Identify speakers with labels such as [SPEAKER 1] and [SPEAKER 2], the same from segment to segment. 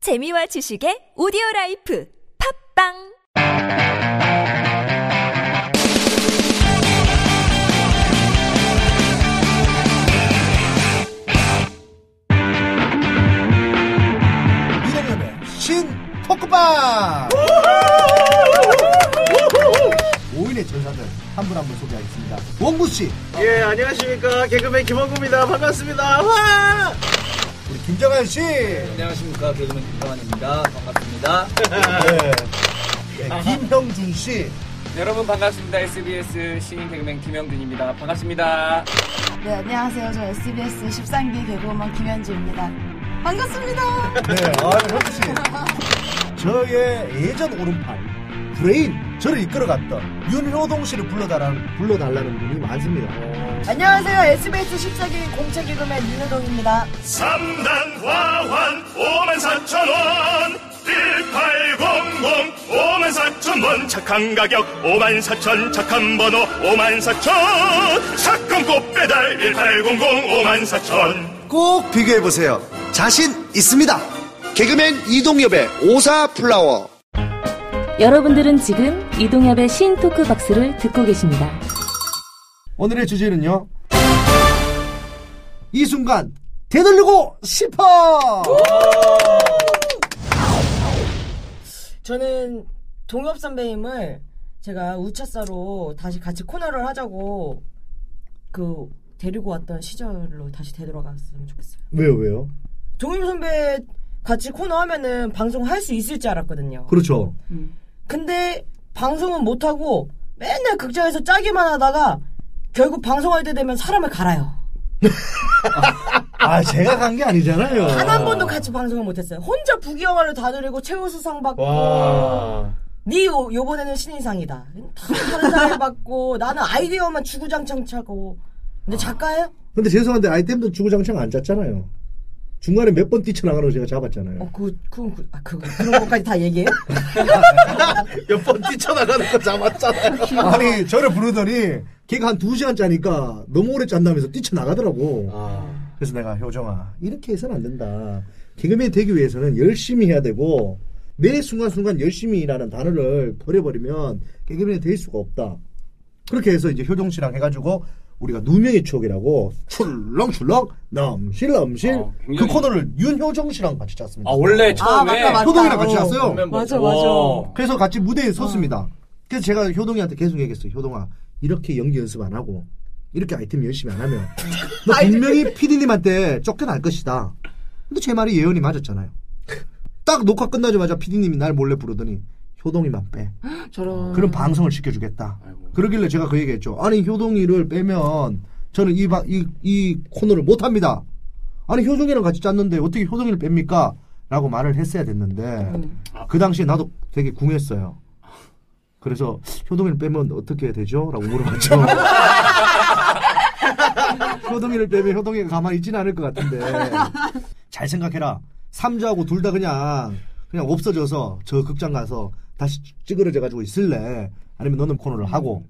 [SPEAKER 1] 재미와 지식의 오디오 라이프 팝빵
[SPEAKER 2] 이재명의 신 토크방! 5인의 전사들 한 분 한 분 소개하겠습니다. 원구씨,
[SPEAKER 3] 예, 안녕하십니까. 개그맨 김원구입니다. 반갑습니다. 와!
[SPEAKER 2] 우리 김정한씨, 네.
[SPEAKER 4] 안녕하십니까 개그맨 김동환입니다 반갑습니다
[SPEAKER 2] 네, 김형준씨,
[SPEAKER 4] 네, 여러분 반갑습니다 SBS 신인 개그맨 김영준입니다 반갑습니다
[SPEAKER 5] 네, 안녕하세요. 저 SBS 13기 개그우먼 김현주입니다. 반갑습니다.
[SPEAKER 2] 네, 아, 형준씨. 저의 예전 오른팔, 브레인, 저를 이끌어갔던 윤효동씨를 불러달라는, 불러달라는 분이 많습니다.
[SPEAKER 5] 안녕하세요. SBS 14기 공채 개그맨 윤여동입니다.
[SPEAKER 6] 3단 화환 5만 4천 원 1800, 5만 4천 원 착한 가격 5만 4천 착한 번호 5만 4천 착한 꽃배달 1800, 5만 4천
[SPEAKER 7] 꼭 비교해보세요. 자신 있습니다. 개그맨 이동엽의 오사 플라워.
[SPEAKER 8] 여러분들은 지금 이동엽의 신 토크 박스를 듣고 계십니다.
[SPEAKER 2] 오늘의 주제는요. 이 순간 되돌리고 싶어!
[SPEAKER 9] 저는 동엽 선배님을 제가 우차사로 다시 같이 코너를 하자고 그 데리고 왔던 시절로 다시 되돌아갔으면 좋겠어요.
[SPEAKER 2] 왜요, 왜요?
[SPEAKER 9] 동엽 선배 같이 코너 하면은 방송 할 수 있을 줄 알았거든요.
[SPEAKER 2] 그렇죠.
[SPEAKER 9] 근데 방송은 못 하고 맨날 극장에서 짜기만 하다가 결국 방송할 때 되면 사람을 갈아요.
[SPEAKER 2] 아, 제가 간 게 아니잖아요.
[SPEAKER 9] 단 한 번도 같이 방송을 못했어요. 혼자 부귀영화를 다 누리고 최우수상 받고 네 요- 요번에는 신인상이다. 다 다른 사람 받고 나는 아이디어만 주구장창 차고
[SPEAKER 2] 아.
[SPEAKER 9] 근데 작가예요?
[SPEAKER 2] 근데 죄송한데 아이템도 주구장창 안 짰잖아요. 중간에 몇 번 뛰쳐나가는 거 제가 잡았잖아요.
[SPEAKER 9] 어, 그, 그, 그, 아, 그, 그런 것까지 다 얘기해요?
[SPEAKER 3] 몇
[SPEAKER 10] 어,
[SPEAKER 3] 번 뛰쳐나가는 거 잡았잖아요.
[SPEAKER 2] 아니, 저를 부르더니 걔가 한 두시간 짜니까 너무 오래 짠다면서 뛰쳐나가더라고.
[SPEAKER 4] 아.
[SPEAKER 2] 그래서 내가 효정아, 이렇게 해서는 안 된다. 개그맨 되기 위해서는 열심히 해야 되고 매 순간순간 열심히라는 단어를 버려버리면 개그맨이 될 수가 없다. 그렇게 해서 이제 효정 씨랑 해가지고 우리가 누명의 추억이라고 출렁출렁 넘실 넘실
[SPEAKER 4] 어,
[SPEAKER 2] 그
[SPEAKER 4] 굉장히-
[SPEAKER 2] 코너를 윤효정 씨랑 같이 짰습니다.
[SPEAKER 4] 아 원래 처음에
[SPEAKER 9] 맞다, 맞다.
[SPEAKER 2] 효동이랑 같이 짰어요.
[SPEAKER 9] 맞아,
[SPEAKER 4] 와.
[SPEAKER 2] 그래서 같이 무대에 섰습니다. 그래서 제가 효동이한테 계속 얘기했어요. 효동아, 이렇게 연기 연습 안 하고, 이렇게 아이템 열심히 안 하면, 너 분명히 피디님한테 쫓겨날 것이다. 근데 제 말이 예언이 맞았잖아요. 딱 녹화 끝나자마자 피디님이 날 몰래 부르더니, 효동이만 빼.
[SPEAKER 5] 저런.
[SPEAKER 2] 그럼 방송을 지켜주겠다. 그러길래 제가 그 얘기했죠. 아니, 효동이를 빼면, 저는 이, 바- 이, 이 코너를 못합니다. 아니, 효동이랑 같이 짰는데, 어떻게 효동이를 뺍니까? 라고 말을 했어야 됐는데, 그 당시에 나도 되게 궁했어요. 그래서, 효동이를 빼면 어떻게 해야 되죠? 라고 물어봤죠. 효동이를 빼면 효동이가 가만히 있지는 않을 것 같은데, 잘 생각해라. 삼자하고 둘 다 그냥, 그냥 없어져서, 저 극장 가서 다시 찌그러져가지고 있을래. 아니면 너는 코너를 하고,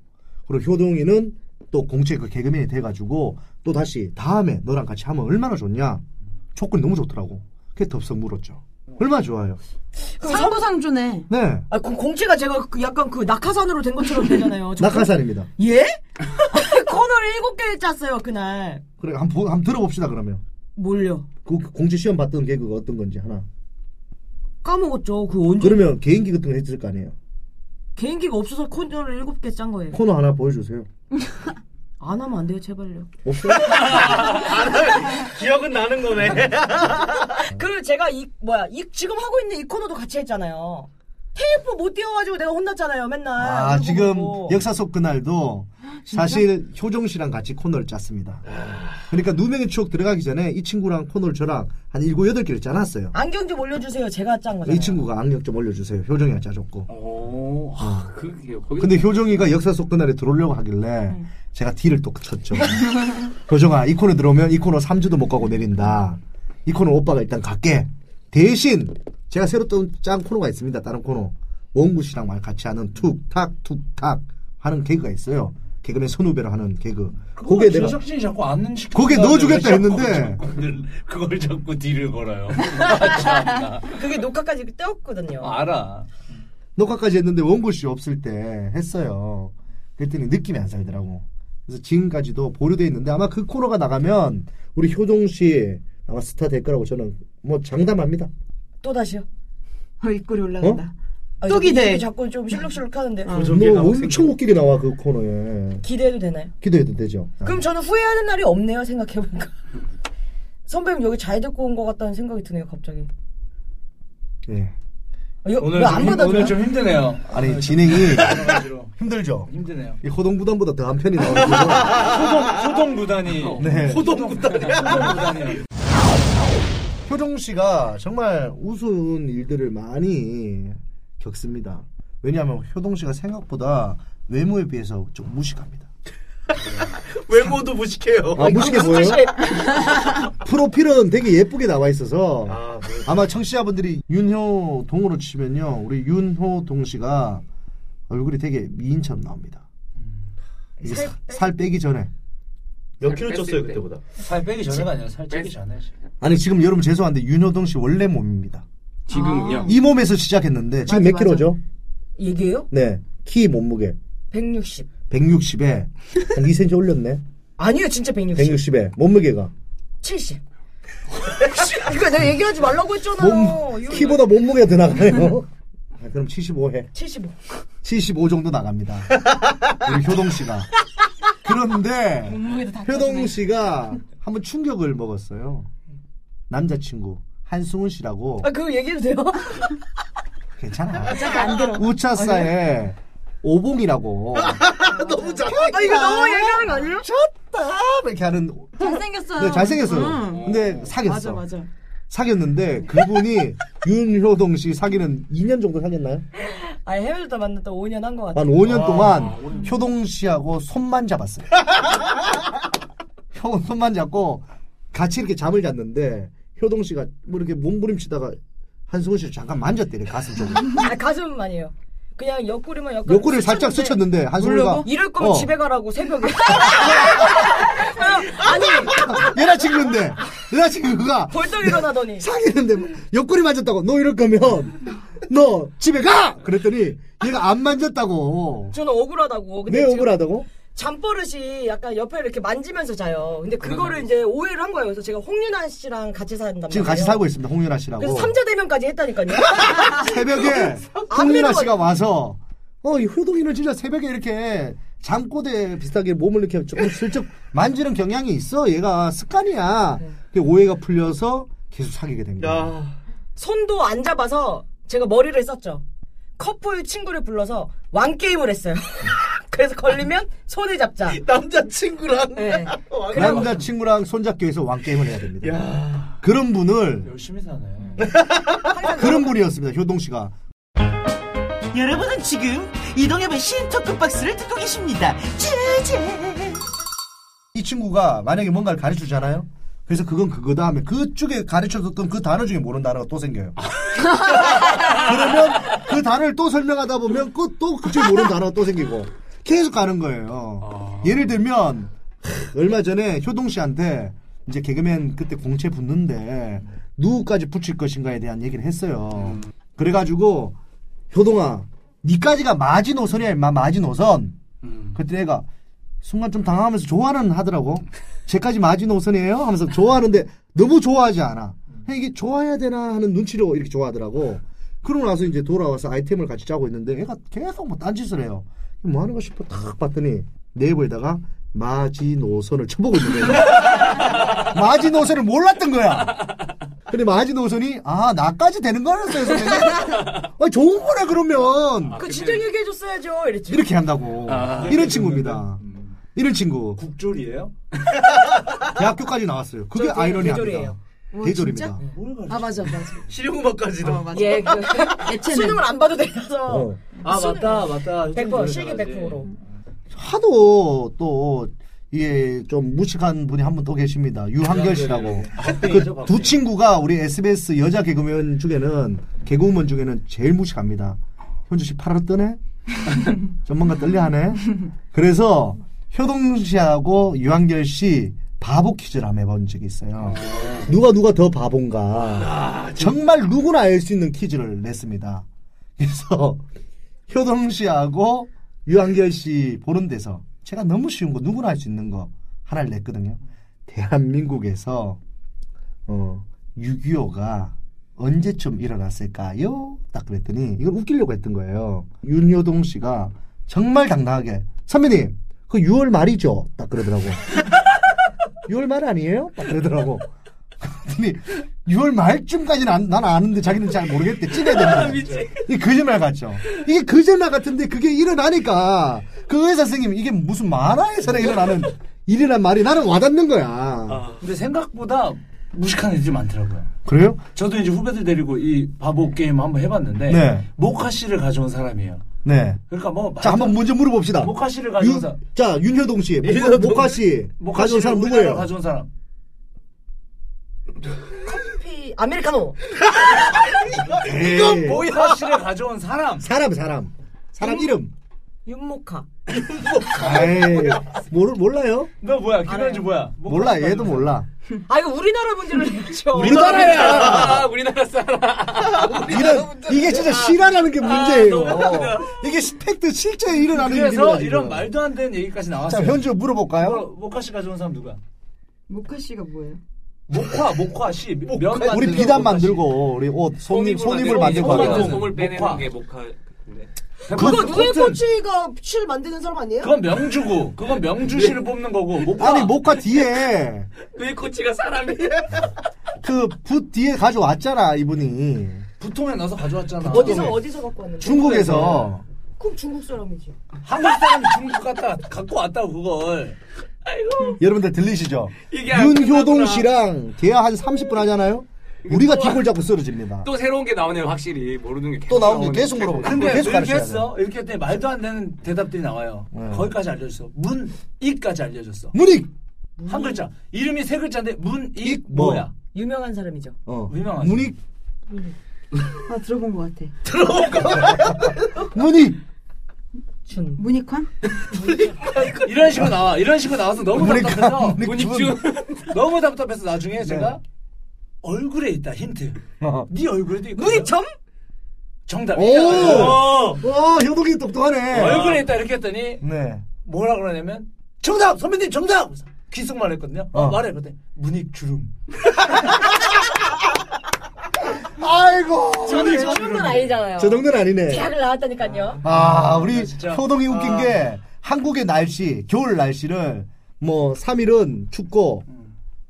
[SPEAKER 2] 그리고 효동이는 또 공채 그 개그맨이 돼가지고 또 다시 다음에 너랑 같이 하면 얼마나 좋냐? 조건이 너무 좋더라고. 그게 덥석 물었죠. 얼마나 좋아요.
[SPEAKER 5] 상부상조네.
[SPEAKER 2] 네.
[SPEAKER 9] 아, 그 공채가 제가 그 약간 그 낙하산으로 된 것처럼 되잖아요. 저-
[SPEAKER 2] 낙하산입니다.
[SPEAKER 9] 예? 코너를 일곱 개 짰어요, 그날.
[SPEAKER 2] 그래, 한번, 보- 한번 들어봅시다, 그러면.
[SPEAKER 9] 뭘요?
[SPEAKER 2] 그 공채 시험 봤던 개그가 어떤 건지 하나.
[SPEAKER 9] 까먹었죠. 그 언제.
[SPEAKER 2] 그러면 개인기 같은 거 했을 거 아니에요?
[SPEAKER 9] 개인기가 없어서 코너를 일곱 개 짠 거예요.
[SPEAKER 2] 코너 하나 보여주세요.
[SPEAKER 9] 안 하면 안 돼요, 제발요.
[SPEAKER 2] 없어요?
[SPEAKER 3] 기억은 나는 거네.
[SPEAKER 9] 그리고 제가 이 뭐야 이 지금 하고 있는 이 코너도 같이 했잖아요. 테이프 못 띄워가지고 내가 혼났잖아요, 뭐. 맨날.
[SPEAKER 2] 아,
[SPEAKER 9] 울고
[SPEAKER 2] 지금
[SPEAKER 9] 먹고.
[SPEAKER 2] 역사 속 그날도 사실 효정 씨랑 같이 코너를 짰습니다. 그러니까 누명의 추억 들어가기 전에 이 친구랑 코너를 저랑 한 일곱 여덟 개를 짜놨어요.
[SPEAKER 9] 안경 좀 올려주세요. 제가 짠 거잖아요.
[SPEAKER 2] 이 친구가 악력 좀 올려주세요. 효정이가 짜줬고.
[SPEAKER 4] 오, 아, 그게요. 거기
[SPEAKER 2] 근데 효정이가 역사 속 그날에 들어오려고 하길래 제가 딜을 또 쳤죠. 효정아, 이 코너 들어오면 이 코너 3주도 못 가고 내린다. 이 코너 오빠가 일단 갈게. 대신 제가 새로 또 짠 코너가 있습니다. 다른 코너. 원구 씨랑 말 같이 하는 툭탁 툭탁 하는 개그가 있어요. 개그맨 선후배라 하는 개그. 그게 내가
[SPEAKER 10] 제작진이 자꾸 안는 시켜.
[SPEAKER 2] 거기에 넣어주겠다 했는데.
[SPEAKER 10] 그걸 자꾸 뒤를 걸어요. 아, 참나.
[SPEAKER 9] 그게 녹화까지 떼었거든요.
[SPEAKER 10] 알아.
[SPEAKER 2] 녹화까지 했는데 원고씨 없을 때 했어요. 그랬더니 느낌이 안 살더라고. 그래서 지금까지도 보류돼 있는데 아마 그 코너가 나가면 우리 효동 씨 아마 스타 될 거라고 저는 뭐 장담합니다.
[SPEAKER 9] 또 다시요.
[SPEAKER 5] 어, 입꼬리 올라간다.
[SPEAKER 9] 아,
[SPEAKER 5] 또
[SPEAKER 9] 자꾸
[SPEAKER 5] 기대. 아.
[SPEAKER 9] 입이 자꾸 좀 실룩실룩 하는데
[SPEAKER 2] 뭐 엄청 웃기게 나와 그 코너에
[SPEAKER 9] 기대해도 되나요?
[SPEAKER 2] 기대해도 되죠. 아,
[SPEAKER 9] 그럼 저는 후회하는 날이 없네요 생각해보니까. 선배님 여기 잘 듣고 온 것 같다는 생각이 드네요 갑자기. 아,
[SPEAKER 2] 예.
[SPEAKER 10] 오늘
[SPEAKER 9] 왜안
[SPEAKER 10] 좀, 힘- 오늘
[SPEAKER 9] 받아줘요?
[SPEAKER 10] 좀 힘드네요.
[SPEAKER 2] 아니 진행이
[SPEAKER 10] 여러 가지로
[SPEAKER 2] 힘들죠.
[SPEAKER 10] 힘드네요.
[SPEAKER 2] 이 호동부단보다 더 한 편이 나오고
[SPEAKER 4] 아,
[SPEAKER 10] 호동 구단이
[SPEAKER 2] 네.
[SPEAKER 10] 호동 구단이 호동 구단이
[SPEAKER 2] 효종 씨가 정말 우스운 일들을 많이 겪습니다. 왜냐하면 효동 씨가 생각보다 외모에 비해서 좀 무식합니다.
[SPEAKER 3] 외모도 무식해요.
[SPEAKER 2] 아, 무식해 보여요? 프로필은 되게 예쁘게 나와 있어서
[SPEAKER 3] 아, 뭐.
[SPEAKER 2] 아마 청취자분들이 윤효동으로 치면요. 우리 윤효동 씨가 얼굴이 되게 미인처럼 나옵니다. 이게 사- 살 빼기 전에.
[SPEAKER 3] 몇 킬로
[SPEAKER 4] 뺐을
[SPEAKER 3] 쪘어요
[SPEAKER 4] 때.
[SPEAKER 3] 그때보다?
[SPEAKER 10] 살 빼기 전에가 아니라 살 찌기 전에.
[SPEAKER 2] 아니, 지금 여러분 죄송한데 윤효동 씨 원래 몸입니다.
[SPEAKER 4] 지금은요.
[SPEAKER 2] 이 몸에서 시작했는데 지금
[SPEAKER 5] 맞아,
[SPEAKER 2] 몇 킬로죠?
[SPEAKER 9] 얘기해요?
[SPEAKER 2] 네. 키 몸무게
[SPEAKER 9] 160.
[SPEAKER 2] 160에 한 2cm 올렸네.
[SPEAKER 9] 아니요 진짜 160.
[SPEAKER 2] 160에 몸무게가
[SPEAKER 9] 70. 이거 그러니까 내가 얘기하지 말라고 했잖아요.
[SPEAKER 2] 몸
[SPEAKER 9] 이거
[SPEAKER 2] 키보다 몸무게가 더 나가네요. 아, 그럼 75해.
[SPEAKER 9] 75.
[SPEAKER 2] 75 정도 나갑니다. 우리 효동 씨가. 그런데
[SPEAKER 5] 몸무게도 다
[SPEAKER 2] 효동 씨가 한번 충격을 먹었어요. 남자친구 한승훈 씨라고
[SPEAKER 9] 아 그거 얘기해도 돼요?
[SPEAKER 2] 괜찮아. 우차사에 오봉이라고
[SPEAKER 3] 너무 작.
[SPEAKER 9] 아 이거 너무 얘기하는 거 아니에요?
[SPEAKER 2] 딱 이렇게 하는
[SPEAKER 5] 잘생겼어요.
[SPEAKER 2] 근데 잘생겼어요.
[SPEAKER 5] 응.
[SPEAKER 2] 근데
[SPEAKER 5] 맞아,
[SPEAKER 2] 사귀었어.
[SPEAKER 5] 맞아.
[SPEAKER 2] 사귀었는데 그분이 윤효동 씨 사귀는 2년 정도 사귀었나요?
[SPEAKER 9] 아 헤어졌다 만났다 5년 한 것 같아.
[SPEAKER 2] 한 5년 동안 효동 씨하고 손만 잡았어요. 형은 손만 잡고 같이 이렇게 잠을 잤는데 효동 씨가 뭐 이렇게 몸부림치다가 한승훈 씨를 잠깐 만졌대요 가슴 쪽으로.
[SPEAKER 9] 아 가슴은 아니에요. 그냥 옆구리만 약간
[SPEAKER 2] 옆구리를 살짝 스쳤는데 한승훈이가
[SPEAKER 9] 이럴 거면
[SPEAKER 2] 어,
[SPEAKER 9] 집에 가라고 새벽에. 아니
[SPEAKER 2] 얘나 찍는데 얘나 찍는가
[SPEAKER 9] 벌떡 일어나더니
[SPEAKER 2] 사귀는데 뭐 옆구리 만졌다고 너 이럴 거면 너 집에 가 그랬더니 얘가 안 만졌다고
[SPEAKER 9] 저는 억울하다고. 근데
[SPEAKER 2] 왜
[SPEAKER 9] 지금
[SPEAKER 2] 억울하다고?
[SPEAKER 9] 잠버릇이 약간 옆에 이렇게 만지면서 자요. 근데 그거를 이제 오해를 한 거예요. 그래서 제가 홍윤아 씨랑 같이 산단 말이에요.
[SPEAKER 2] 지금 같이 살고 있습니다 홍윤아 씨라고
[SPEAKER 9] 어. 그래서 삼자 대면까지 했다니까요.
[SPEAKER 2] 새벽에
[SPEAKER 9] 믿는
[SPEAKER 2] 홍윤아
[SPEAKER 9] 거지.
[SPEAKER 2] 씨가 와서 어, 이 효동이는 진짜 새벽에 이렇게 잠꼬대 비슷하게 몸을 이렇게 조금 슬쩍 만지는 경향이 있어. 얘가 습관이야.
[SPEAKER 9] 네.
[SPEAKER 2] 그게 오해가 풀려서 계속 사귀게 된 거야.
[SPEAKER 3] 야.
[SPEAKER 9] 손도 안 잡아서 제가 머리를 썼죠. 커플 친구를 불러서 왕 게임을 했어요. 그래서 걸리면 손을 잡자.
[SPEAKER 3] 남자친구랑.
[SPEAKER 9] 네.
[SPEAKER 2] 남자친구랑 손잡기 위해서 왕게임을 해야 됩니다. 그런 분을,
[SPEAKER 10] 열심히 사네.
[SPEAKER 2] 그런 분이었습니다. 효동 씨가.
[SPEAKER 11] 여러분은 지금 이동엽의 신토크 박스를 듣고 계십니다. 제제.
[SPEAKER 2] 이 친구가 만약에 뭔가를 가르쳐주잖아요? 그래서 그건 그거다 하면 그쪽에 가르쳐줬던 그 단어 중에 모르는 단어가 또 생겨요. 그러면 그 단어를 또 설명하다 보면 그- 또 그쪽에 모르는 단어가 또 생기고 계속 가는 거예요. 예를 들면 얼마 전에 효동 씨한테 이제 개그맨 그때 공채 붙는데 누구까지 붙일 것인가에 대한 얘기를 했어요. 그래가지고 효동아 니까지가 마지노선이야 임마 마지노선. 그때 애가 순간 좀 당황하면서 좋아는 하더라고. 쟤까지 마지노선이에요? 하면서 좋아하는데 너무 좋아하지 않아. 그냥 이게 좋아해야 되나 하는 눈치로 이렇게 좋아하더라고. 그러고 나서 이제 돌아와서 아이템을 같이 짜고 있는데 애가 계속 뭐 딴짓을 해요. 뭐 하는 거 싶어 탁 봤더니 네이버에다가 마지노선을 쳐보고 있는 거예요. 마지노선을 몰랐던 거야. 근데 마지노선이 아 나까지 되는 거였어요. 선생님. 아 좋은 거네 그러면
[SPEAKER 9] 그 진작 얘기해줬어야죠. 이랬죠.
[SPEAKER 2] 이렇게 한다고 이런 친구입니다. 이런 친구
[SPEAKER 10] 국졸이에요?
[SPEAKER 2] 대학교까지 나왔어요. 그게
[SPEAKER 9] 저 되게
[SPEAKER 2] 아이러니합니다.
[SPEAKER 9] 대졸이에요. 어,
[SPEAKER 5] 우와,
[SPEAKER 2] 대졸입니다.
[SPEAKER 5] 아, 맞아, 맞아.
[SPEAKER 3] 실용음악까지도.
[SPEAKER 5] 어, 맞아.
[SPEAKER 9] 예, 그
[SPEAKER 5] 예체능.
[SPEAKER 9] 수능을 안 봐도 돼서
[SPEAKER 2] 어.
[SPEAKER 10] 아 맞다 맞다.
[SPEAKER 9] 100% 실기 100%로.
[SPEAKER 2] 하도 또 예, 좀 무식한 분이 한 분 또 계십니다. 유한결 씨라고. 그 두 친구가 우리 SBS 여자 개그맨 중에는 개그우먼 중에는 제일 무식합니다. 현주 씨 팔을 뜨네? 좀 뭔가 떨려하네? 그래서 효동 씨하고 유한결 씨 바보 퀴즈를 한번 해본 적이 있어요. 누가 누가 더 바본가. 아, 정말 누구나 알 수 있는 퀴즈를 냈습니다. 그래서 효동 씨하고 유한결 씨 보는 데서 제가 너무 쉬운 거 누구나 할 수 있는 거 하나를 냈거든요. 대한민국에서 어, 6.25가 언제쯤 일어났을까요? 딱 그랬더니 이걸 웃기려고 했던 거예요. 윤효동 씨가 정말 당당하게 선배님 그 6월 말이죠? 딱 그러더라고. 6월 말 아니에요? 딱 그러더라고. 그랬더니 6월 말쯤까지는 안- 난 아는데 자기는 잘 모르겠대. 찍어야
[SPEAKER 10] 아,
[SPEAKER 2] 된다. 이게 거짓말 같죠? 이게 거짓말 같은데 그게 일어나니까 그 의사 선생님 이게 무슨 만화에서나 일어나는 일이란 말이 나는 와닿는 거야.
[SPEAKER 10] 근데 생각보다 무식한 애들이 많더라고요.
[SPEAKER 2] 그래요?
[SPEAKER 10] 저도 이제 후배들 데리고 이 바보 게임 한번 해봤는데
[SPEAKER 2] 네.
[SPEAKER 10] 모카 씨를 가져온 사람이에요.
[SPEAKER 2] 네.
[SPEAKER 10] 그러니까 뭐
[SPEAKER 2] 자, 한번 먼저 물어봅시다.
[SPEAKER 10] 모카 씨를 가져온
[SPEAKER 2] 윤-
[SPEAKER 10] 사람.
[SPEAKER 2] 자, 윤효동 씨. 모-
[SPEAKER 10] 윤효동.
[SPEAKER 2] 모카 씨.
[SPEAKER 10] 뭐 모카
[SPEAKER 2] 가져온
[SPEAKER 10] 씨를
[SPEAKER 2] 사람
[SPEAKER 10] 우리나라로
[SPEAKER 2] 누구예요?
[SPEAKER 10] 가져온 사람.
[SPEAKER 9] 커피 아메리카노.
[SPEAKER 2] 에이.
[SPEAKER 10] 이건 뭐야? 음? 모카 씨를 가져온 사람.
[SPEAKER 2] 네. 사람, 사람. 사람 이름.
[SPEAKER 9] 윤모카.
[SPEAKER 2] 에이, 모르, 몰라요?
[SPEAKER 10] 너
[SPEAKER 5] 아,
[SPEAKER 10] 뭐야?
[SPEAKER 5] 네.
[SPEAKER 10] 김현주 뭐야? 모카
[SPEAKER 2] 몰라,
[SPEAKER 10] 씨
[SPEAKER 2] 얘도
[SPEAKER 10] 가져온 사람.
[SPEAKER 2] 몰라.
[SPEAKER 9] 아 이거 우리나라 문제를 내죠.
[SPEAKER 2] 우리나라야!
[SPEAKER 4] 아, 우리나라 사람.
[SPEAKER 2] 이런, 이게 진짜 실화라는 게 문제예요. 이게 팩트 실제 일어나는 일이라서
[SPEAKER 10] 그래서 이런 말도 안 되는 얘기까지
[SPEAKER 2] 자,
[SPEAKER 10] 나왔어요.
[SPEAKER 2] 현주 물어볼까요?
[SPEAKER 10] 모- 모카 뭐, 씨 가져온 사람 누구야?
[SPEAKER 11] 모카 씨가 뭐예요?
[SPEAKER 10] 모카, 모카 씨.
[SPEAKER 2] 뭐,
[SPEAKER 10] 면 만드는
[SPEAKER 2] 우리 비단
[SPEAKER 10] 모카 씨.
[SPEAKER 2] 만들고, 우리 옷, 손님, 손님을 만들고
[SPEAKER 10] 만들고
[SPEAKER 2] 하잖아.
[SPEAKER 10] 손님.
[SPEAKER 4] 을 빼내는
[SPEAKER 10] 목화.
[SPEAKER 4] 게 목화 같은데.
[SPEAKER 9] 그거 누구의
[SPEAKER 10] 코튼.
[SPEAKER 9] 코치가 실 만드는 사람 아니에요?
[SPEAKER 10] 그건 명주고, 그건 명주 씨를 뽑는 거고, 모카.
[SPEAKER 2] 네. 아니, 모카 뒤에,
[SPEAKER 4] 왜 코치가 사람이?
[SPEAKER 2] 그, 붓 뒤에 가져왔잖아, 이분이.
[SPEAKER 10] 부통에 넣어서 가져왔잖아.
[SPEAKER 9] 어디서 어디서 갖고 왔는데?
[SPEAKER 2] 중국에서.
[SPEAKER 9] 그럼 중국 사람이지.
[SPEAKER 10] 한국 사람 중국 갔다 갖고 왔다고 그걸.
[SPEAKER 2] 여러분들 들리시죠?
[SPEAKER 4] 이게 안
[SPEAKER 2] 윤효동
[SPEAKER 4] 끝나구나.
[SPEAKER 2] 씨랑 대화 한 30분 하잖아요? 우리가 뒷골 잡고 쓰러집니다.
[SPEAKER 4] 또 새로운 게 나오네요, 확실히. 모르는 게 계속
[SPEAKER 2] 또 나오면
[SPEAKER 4] 나오네.
[SPEAKER 2] 계속 물어보고.
[SPEAKER 10] 근데
[SPEAKER 2] 계속
[SPEAKER 10] 이렇게
[SPEAKER 2] 가르쳐야 돼.
[SPEAKER 10] 했어. 이렇게 했더니 말도 안 되는 대답들이 나와요.
[SPEAKER 2] 네.
[SPEAKER 10] 거기까지 알려줬어. 문, 이까지 알려줬어.
[SPEAKER 2] 문익!
[SPEAKER 11] 음.
[SPEAKER 10] 한 글자. 이름이 세 글자인데, 문, 이,
[SPEAKER 2] 익, 뭐.
[SPEAKER 10] 뭐야?
[SPEAKER 9] 유명한 사람이죠.
[SPEAKER 2] 어.
[SPEAKER 10] 유명하죠.
[SPEAKER 2] 문익,
[SPEAKER 11] 아 들어본 것 같아.
[SPEAKER 2] 문익!
[SPEAKER 9] 준.
[SPEAKER 11] 문익환?
[SPEAKER 10] 이런 식으로 나와. 이런 식으로 나와서 너무
[SPEAKER 2] 문익,
[SPEAKER 10] 답답해서.
[SPEAKER 2] 문익
[SPEAKER 10] 문익준. 너무 답답해서 나중에 제가 얼굴에 있다, 힌트.
[SPEAKER 2] 어.
[SPEAKER 10] 네 얼굴에도 있고. 문익점? 정답.
[SPEAKER 2] 오! 와, 효동이 똑똑하네.
[SPEAKER 10] 얼굴에 있다, 이렇게 했더니,
[SPEAKER 2] 네.
[SPEAKER 10] 뭐라 그러냐면 정답 선배님 정답 기숙 말했거든요 어,
[SPEAKER 2] 어.
[SPEAKER 10] 말해 그때 문익 주름
[SPEAKER 2] 아이고!
[SPEAKER 9] 저는 저 정도는 아니잖아요.
[SPEAKER 2] 저 정도는 아니네.
[SPEAKER 9] 대학을 나왔다니까요.
[SPEAKER 2] 아, 우리
[SPEAKER 10] 진짜.
[SPEAKER 2] 효동이 웃긴 게 한국의 날씨, 겨울 날씨를 뭐 3일은 춥고,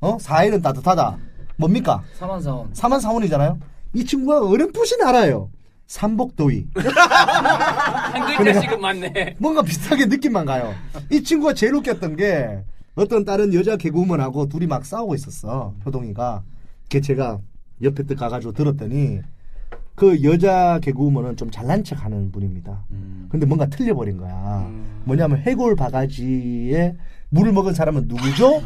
[SPEAKER 2] 어? 4일은 따뜻하다. 뭡니까?
[SPEAKER 10] 사만사원
[SPEAKER 2] 사만 사원이잖아요. 이 친구가 어렴풋이 알아요. 삼복도이.
[SPEAKER 4] 한 글자씩은 맞네.
[SPEAKER 2] 뭔가 비슷하게 느낌만 가요. 이 친구가 제일 웃겼던 게 어떤 다른 여자 개그우먼하고 둘이 막 싸우고 있었어. 효동이가. 걔 제가 옆에 뜻 가가지고 들었더니 그 여자 개그우먼은 좀 잘난 척 하는 분입니다. 근데 뭔가 틀려버린 거야. 뭐냐면 해골 바가지에 물을 먹은 사람은 누구죠?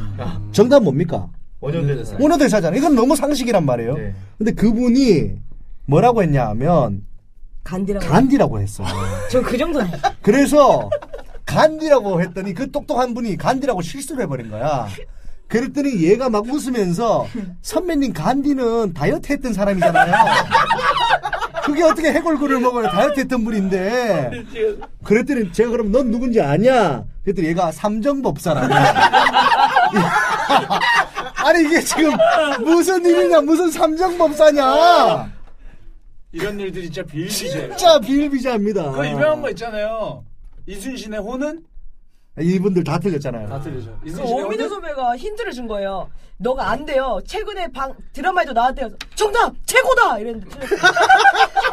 [SPEAKER 2] 정답 뭡니까?
[SPEAKER 10] 네.
[SPEAKER 3] 원효대사.
[SPEAKER 2] 오너 대사잖아. 이건 너무 상식이란 말이에요.
[SPEAKER 3] 네.
[SPEAKER 2] 근데 그분이 뭐라고 했냐 하면
[SPEAKER 9] 간디라고.
[SPEAKER 2] 간디라고 했어요.
[SPEAKER 9] 저 그 정도는 아니에요.
[SPEAKER 2] 그래서 간디라고 했더니 그 똑똑한 분이 간디라고 실수를 해버린 거야. 그랬더니 얘가 막 웃으면서 선배님 간디는 다이어트 했던 사람이잖아요. 그게 어떻게 해골굴을 먹어요? 다이어트 했던 분인데. 그랬더니 제가 그럼 넌 누군지 아냐? 그랬더니 얘가 삼정법사라고. 아니 이게 지금 무슨 일이냐? 무슨 삼정법사냐?
[SPEAKER 10] 이런 일들이 진짜 비일비재예요
[SPEAKER 2] 진짜 아. 비일비재합니다.
[SPEAKER 10] 그 유명한 거 있잖아요 이순신의 혼은
[SPEAKER 2] 이분들 다 틀렸잖아요.
[SPEAKER 10] 다 틀리죠
[SPEAKER 9] 그
[SPEAKER 10] 이순신의
[SPEAKER 9] 오민호
[SPEAKER 10] 혼은
[SPEAKER 9] 선배가 힌트를 준 거예요. 너가 안 돼요. 최근에 방 드라마에도 나왔대요. 정답 최고다 이랬는데 틀렸어요.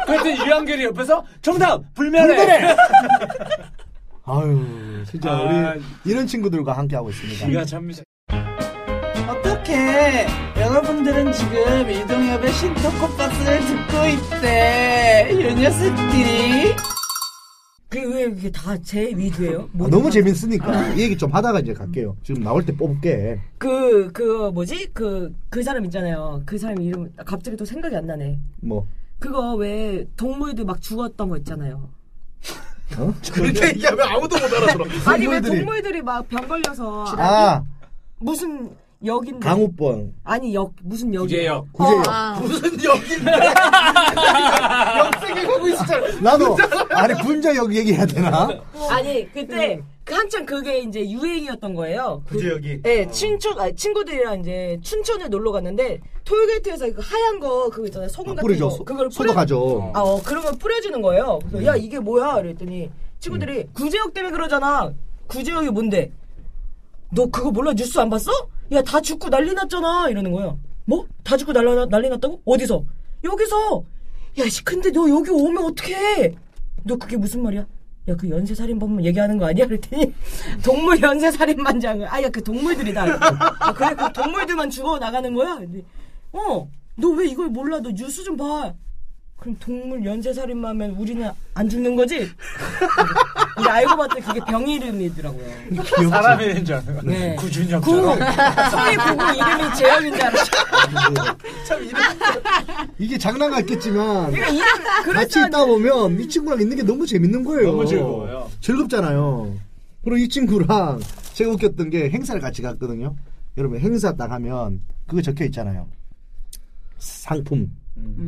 [SPEAKER 10] 그랬더니 유한결이 옆에서 정답 불멸해,
[SPEAKER 2] 음. 아유, 진짜
[SPEAKER 10] 아,
[SPEAKER 2] 우리 이런 친구들과 함께 하고 있습니다. 아,
[SPEAKER 10] 네가 참 미쳐
[SPEAKER 11] 어떻게 여러분들은 지금 이동엽의 신토코박스를 듣고 있대 유녀스티
[SPEAKER 9] 그게 왜 이게 다 제 위주예요?
[SPEAKER 2] 아, 너무 재밌으니까 이 얘기 좀 하다가 이제 갈게요. 지금 나올 때 뽑을게.
[SPEAKER 9] 그그 뭐지 그 그 사람 있잖아요. 그 사람 이름 갑자기 또 생각이 안 나네.
[SPEAKER 2] 뭐
[SPEAKER 9] 그거 왜 동물들 막 죽었던 거 있잖아요.
[SPEAKER 2] 어?
[SPEAKER 3] 그렇게 얘기하면 아무도 못 알아들어.
[SPEAKER 9] 아니 왜 동물들이 막 병 걸려서
[SPEAKER 2] 아
[SPEAKER 9] 무슨 역인데?
[SPEAKER 2] 강우병
[SPEAKER 9] 아니 역 무슨 역이?
[SPEAKER 4] 구제역.
[SPEAKER 2] 구제역.
[SPEAKER 3] 무슨 역인데? 역세계 가고 있었잖아.
[SPEAKER 2] 나도 아니 군자 여기 얘기해야 되나?
[SPEAKER 9] 아니 그때 그 한참 그게 이제 유행이었던 거예요. 그-
[SPEAKER 3] 구제역이?
[SPEAKER 9] 네, 친촌 아니, 친구들이랑 이제 춘천을 놀러 갔는데 톨게이트에서 그 하얀 거 그거 있잖아요. 소금 같은
[SPEAKER 2] 뿌리죠.
[SPEAKER 9] 거. 그걸
[SPEAKER 2] 소도 가죠.
[SPEAKER 9] 아, 어, 그런 걸 뿌려주는 거예요. 그래서 야 이게 뭐야? 그랬더니 친구들이 구제역 때문에 그러잖아. 구제역이 뭔데? 너 그거 몰라 뉴스 안 봤어? 야 다 죽고 난리 났잖아 이러는 거예요. 뭐? 다 죽고 난리, 났- 난리 났다고? 어디서? 여기서. 야씨 근데 너 여기 오면 어떡해? 너 그게 무슨 말이야? 야 그 연쇄살인범 얘기하는 거 아니야? 그랬더니 동물 연쇄살인반장을 아야 그 동물들이다. 아, 그래 그 동물들만 죽어 나가는 거야? 근데 어너 왜 이걸 몰라? 너 뉴스 좀 봐. 그럼 동물 연쇄살인마면 우리는 안 죽는 거지? 근데 알고 봤더니 그게 병 이름이더라고요.
[SPEAKER 2] 귀엽지?
[SPEAKER 10] 사람 이름인 줄 아는
[SPEAKER 9] 네.
[SPEAKER 10] 거야. 구준혁.
[SPEAKER 9] 구 소리 보고 이름이 재혁인 줄 알았어.
[SPEAKER 2] 이게 장난 같겠지만
[SPEAKER 9] 그러니까 이름
[SPEAKER 2] 같이
[SPEAKER 9] 그렇죠.
[SPEAKER 2] 있다 보면 이 친구랑 있는 게 너무 재밌는 거예요.
[SPEAKER 10] 너무 즐거워요.
[SPEAKER 2] 즐겁잖아요. 그리고 이 친구랑 제가 웃겼던 게 행사를 같이 갔거든요. 여러분 행사 딱 하면 그거 적혀 있잖아요. 상품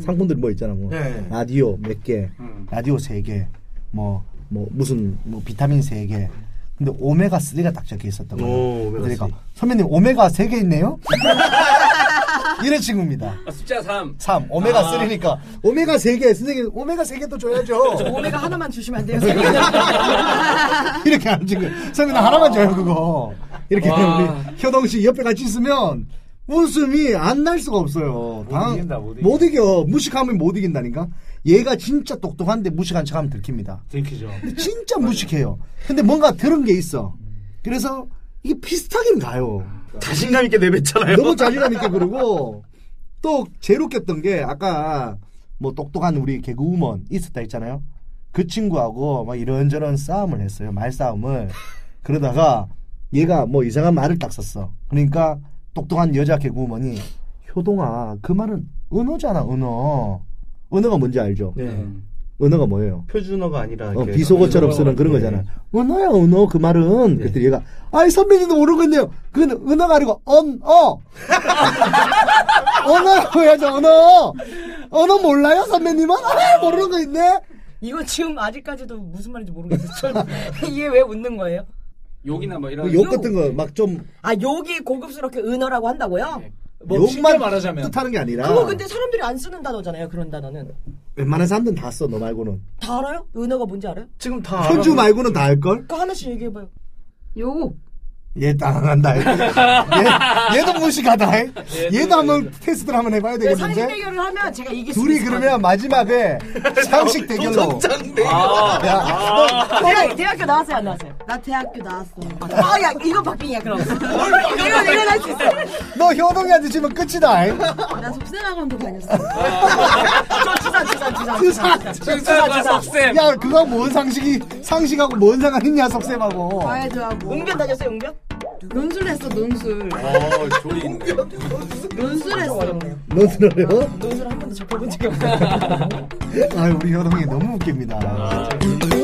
[SPEAKER 2] 상품들 뭐 있잖아 뭐
[SPEAKER 3] 음. 네. 음.
[SPEAKER 2] 라디오 몇 개, 라디오 세 개, 뭐, 뭐 무슨 뭐 비타민 세 개. 근데 오메가 3가 딱 적혀 있었던
[SPEAKER 3] 오,
[SPEAKER 2] 거예요.
[SPEAKER 3] 오메가
[SPEAKER 2] 그러니까
[SPEAKER 3] 쓰리.
[SPEAKER 2] 선배님 오메가 세 개 있네요. 이런 친구입니다.
[SPEAKER 4] 아, 숫자 3.
[SPEAKER 2] 3
[SPEAKER 9] 아.
[SPEAKER 2] 오메가 3니까 오메가 3개 선생님 오메가 3개도 줘야죠
[SPEAKER 9] 그렇죠. 오메가 하나만 주시면 안 돼요.
[SPEAKER 2] 이렇게 하는 친구 선생님 나 하나만 줘요 그거 이렇게
[SPEAKER 4] 와.
[SPEAKER 2] 우리 효동씨 옆에 같이 있으면 웃음이 안 날 수가 없어요 당-
[SPEAKER 10] 이긴다, 못 이겨.
[SPEAKER 2] 못 이겨 무식하면 못 이긴다니까 얘가 진짜 똑똑한데 무식한 척하면 들킵니다
[SPEAKER 10] 들키죠.
[SPEAKER 2] 근데 진짜 무식해요 근데 뭔가 들은 게 있어 그래서 이게 비슷하긴 가요
[SPEAKER 3] 자신감 있게 내뱉잖아요.
[SPEAKER 2] 너무 자신감 있게 그러고 또 제일 웃겼던 게 아까 뭐 똑똑한 우리 개그우먼 있었다 했잖아요. 그 친구하고 막 이런저런 싸움을 했어요. 말싸움을. 그러다가 얘가 뭐 이상한 말을 딱 썼어. 그러니까 똑똑한 여자 개그우먼이 효동아 그 말은 은어잖아 은어. 은어가 뭔지 알죠?
[SPEAKER 3] 네.
[SPEAKER 2] 은어가 뭐예요?
[SPEAKER 3] 표준어가 아니라
[SPEAKER 2] 음. 어,
[SPEAKER 10] 그
[SPEAKER 3] 이렇게
[SPEAKER 2] 비속어처럼 쓰는 그런
[SPEAKER 3] 네.
[SPEAKER 2] 거잖아. 은어야, 은어, 그 말은.
[SPEAKER 10] 네.
[SPEAKER 2] 그랬더니 얘가, 아이, 선배님도 모르겠네요. 그건 은어가 아니고, 언, 어. 언어라고 해야죠, 언어. 언어 몰라요, 선배님은? 아, 모르는 거 있네?
[SPEAKER 9] 이거 지금 아직까지도 무슨 말인지 모르겠어요. 저- 이게 왜 웃는 거예요?
[SPEAKER 4] 욕이나 뭐 이런.
[SPEAKER 2] 그 욕 같은 거, 막 좀,
[SPEAKER 9] 아 욕이 고급스럽게 은어라고 한다고요?
[SPEAKER 10] 뭐 쉽게
[SPEAKER 2] 욕만
[SPEAKER 10] 말하자면.
[SPEAKER 2] 뜻하는 게 네. 아니라.
[SPEAKER 9] 그거 근데 사람들이 안 쓰는 단어잖아요. 그런 단어는
[SPEAKER 2] 웬만한 사람들은 다 써, 너 말고는.
[SPEAKER 9] 다 알아요? 은어가 뭔지 알아요?
[SPEAKER 3] 지금 다
[SPEAKER 2] 현주
[SPEAKER 3] 알아보고
[SPEAKER 2] 말고는 다 할걸?
[SPEAKER 9] 그거 하나씩 얘기해봐요.
[SPEAKER 11] 요.
[SPEAKER 2] 얘딱 한다. 얘, 얘도 무식하다.
[SPEAKER 10] 예, 네.
[SPEAKER 2] 얘도 한번 테스트를 한번 해봐야
[SPEAKER 9] 네,
[SPEAKER 2] 되겠는데.
[SPEAKER 9] 상식 대결을 하면 제가 이길 수
[SPEAKER 2] 둘이
[SPEAKER 9] 있을 것
[SPEAKER 2] 그러면 마지막에
[SPEAKER 10] 어,
[SPEAKER 2] 상식 대결로.
[SPEAKER 3] 동장 내
[SPEAKER 2] 야,
[SPEAKER 9] 같아요. 대학, 대학교 나왔어요 안 나왔어요?
[SPEAKER 11] 나 대학교 나왔어.
[SPEAKER 9] 아야 이거 바뀌냐 그럼. 이거 이거 할수 있어.
[SPEAKER 2] 너, 너 효동이한테 지면 끝이다.
[SPEAKER 11] 나 속세나감도 다녔어.
[SPEAKER 9] 저 주산 주산 주산
[SPEAKER 2] 그 주사,
[SPEAKER 4] 주사과 석쌤.
[SPEAKER 2] 야, 그거 뭔 상식이, 상식하고 뭔 상관있냐, 석쌤하고.
[SPEAKER 11] 과외조하고.
[SPEAKER 9] 웅변 다녔어요 웅변?
[SPEAKER 11] 논술했어 논술.
[SPEAKER 4] 어, 조리 있네.
[SPEAKER 11] 논술했어.
[SPEAKER 2] 너 들어요?
[SPEAKER 9] 논술 한 번도 접해본 적이 없어요.
[SPEAKER 2] 아, 우리 효동이 너무 웃깁니다.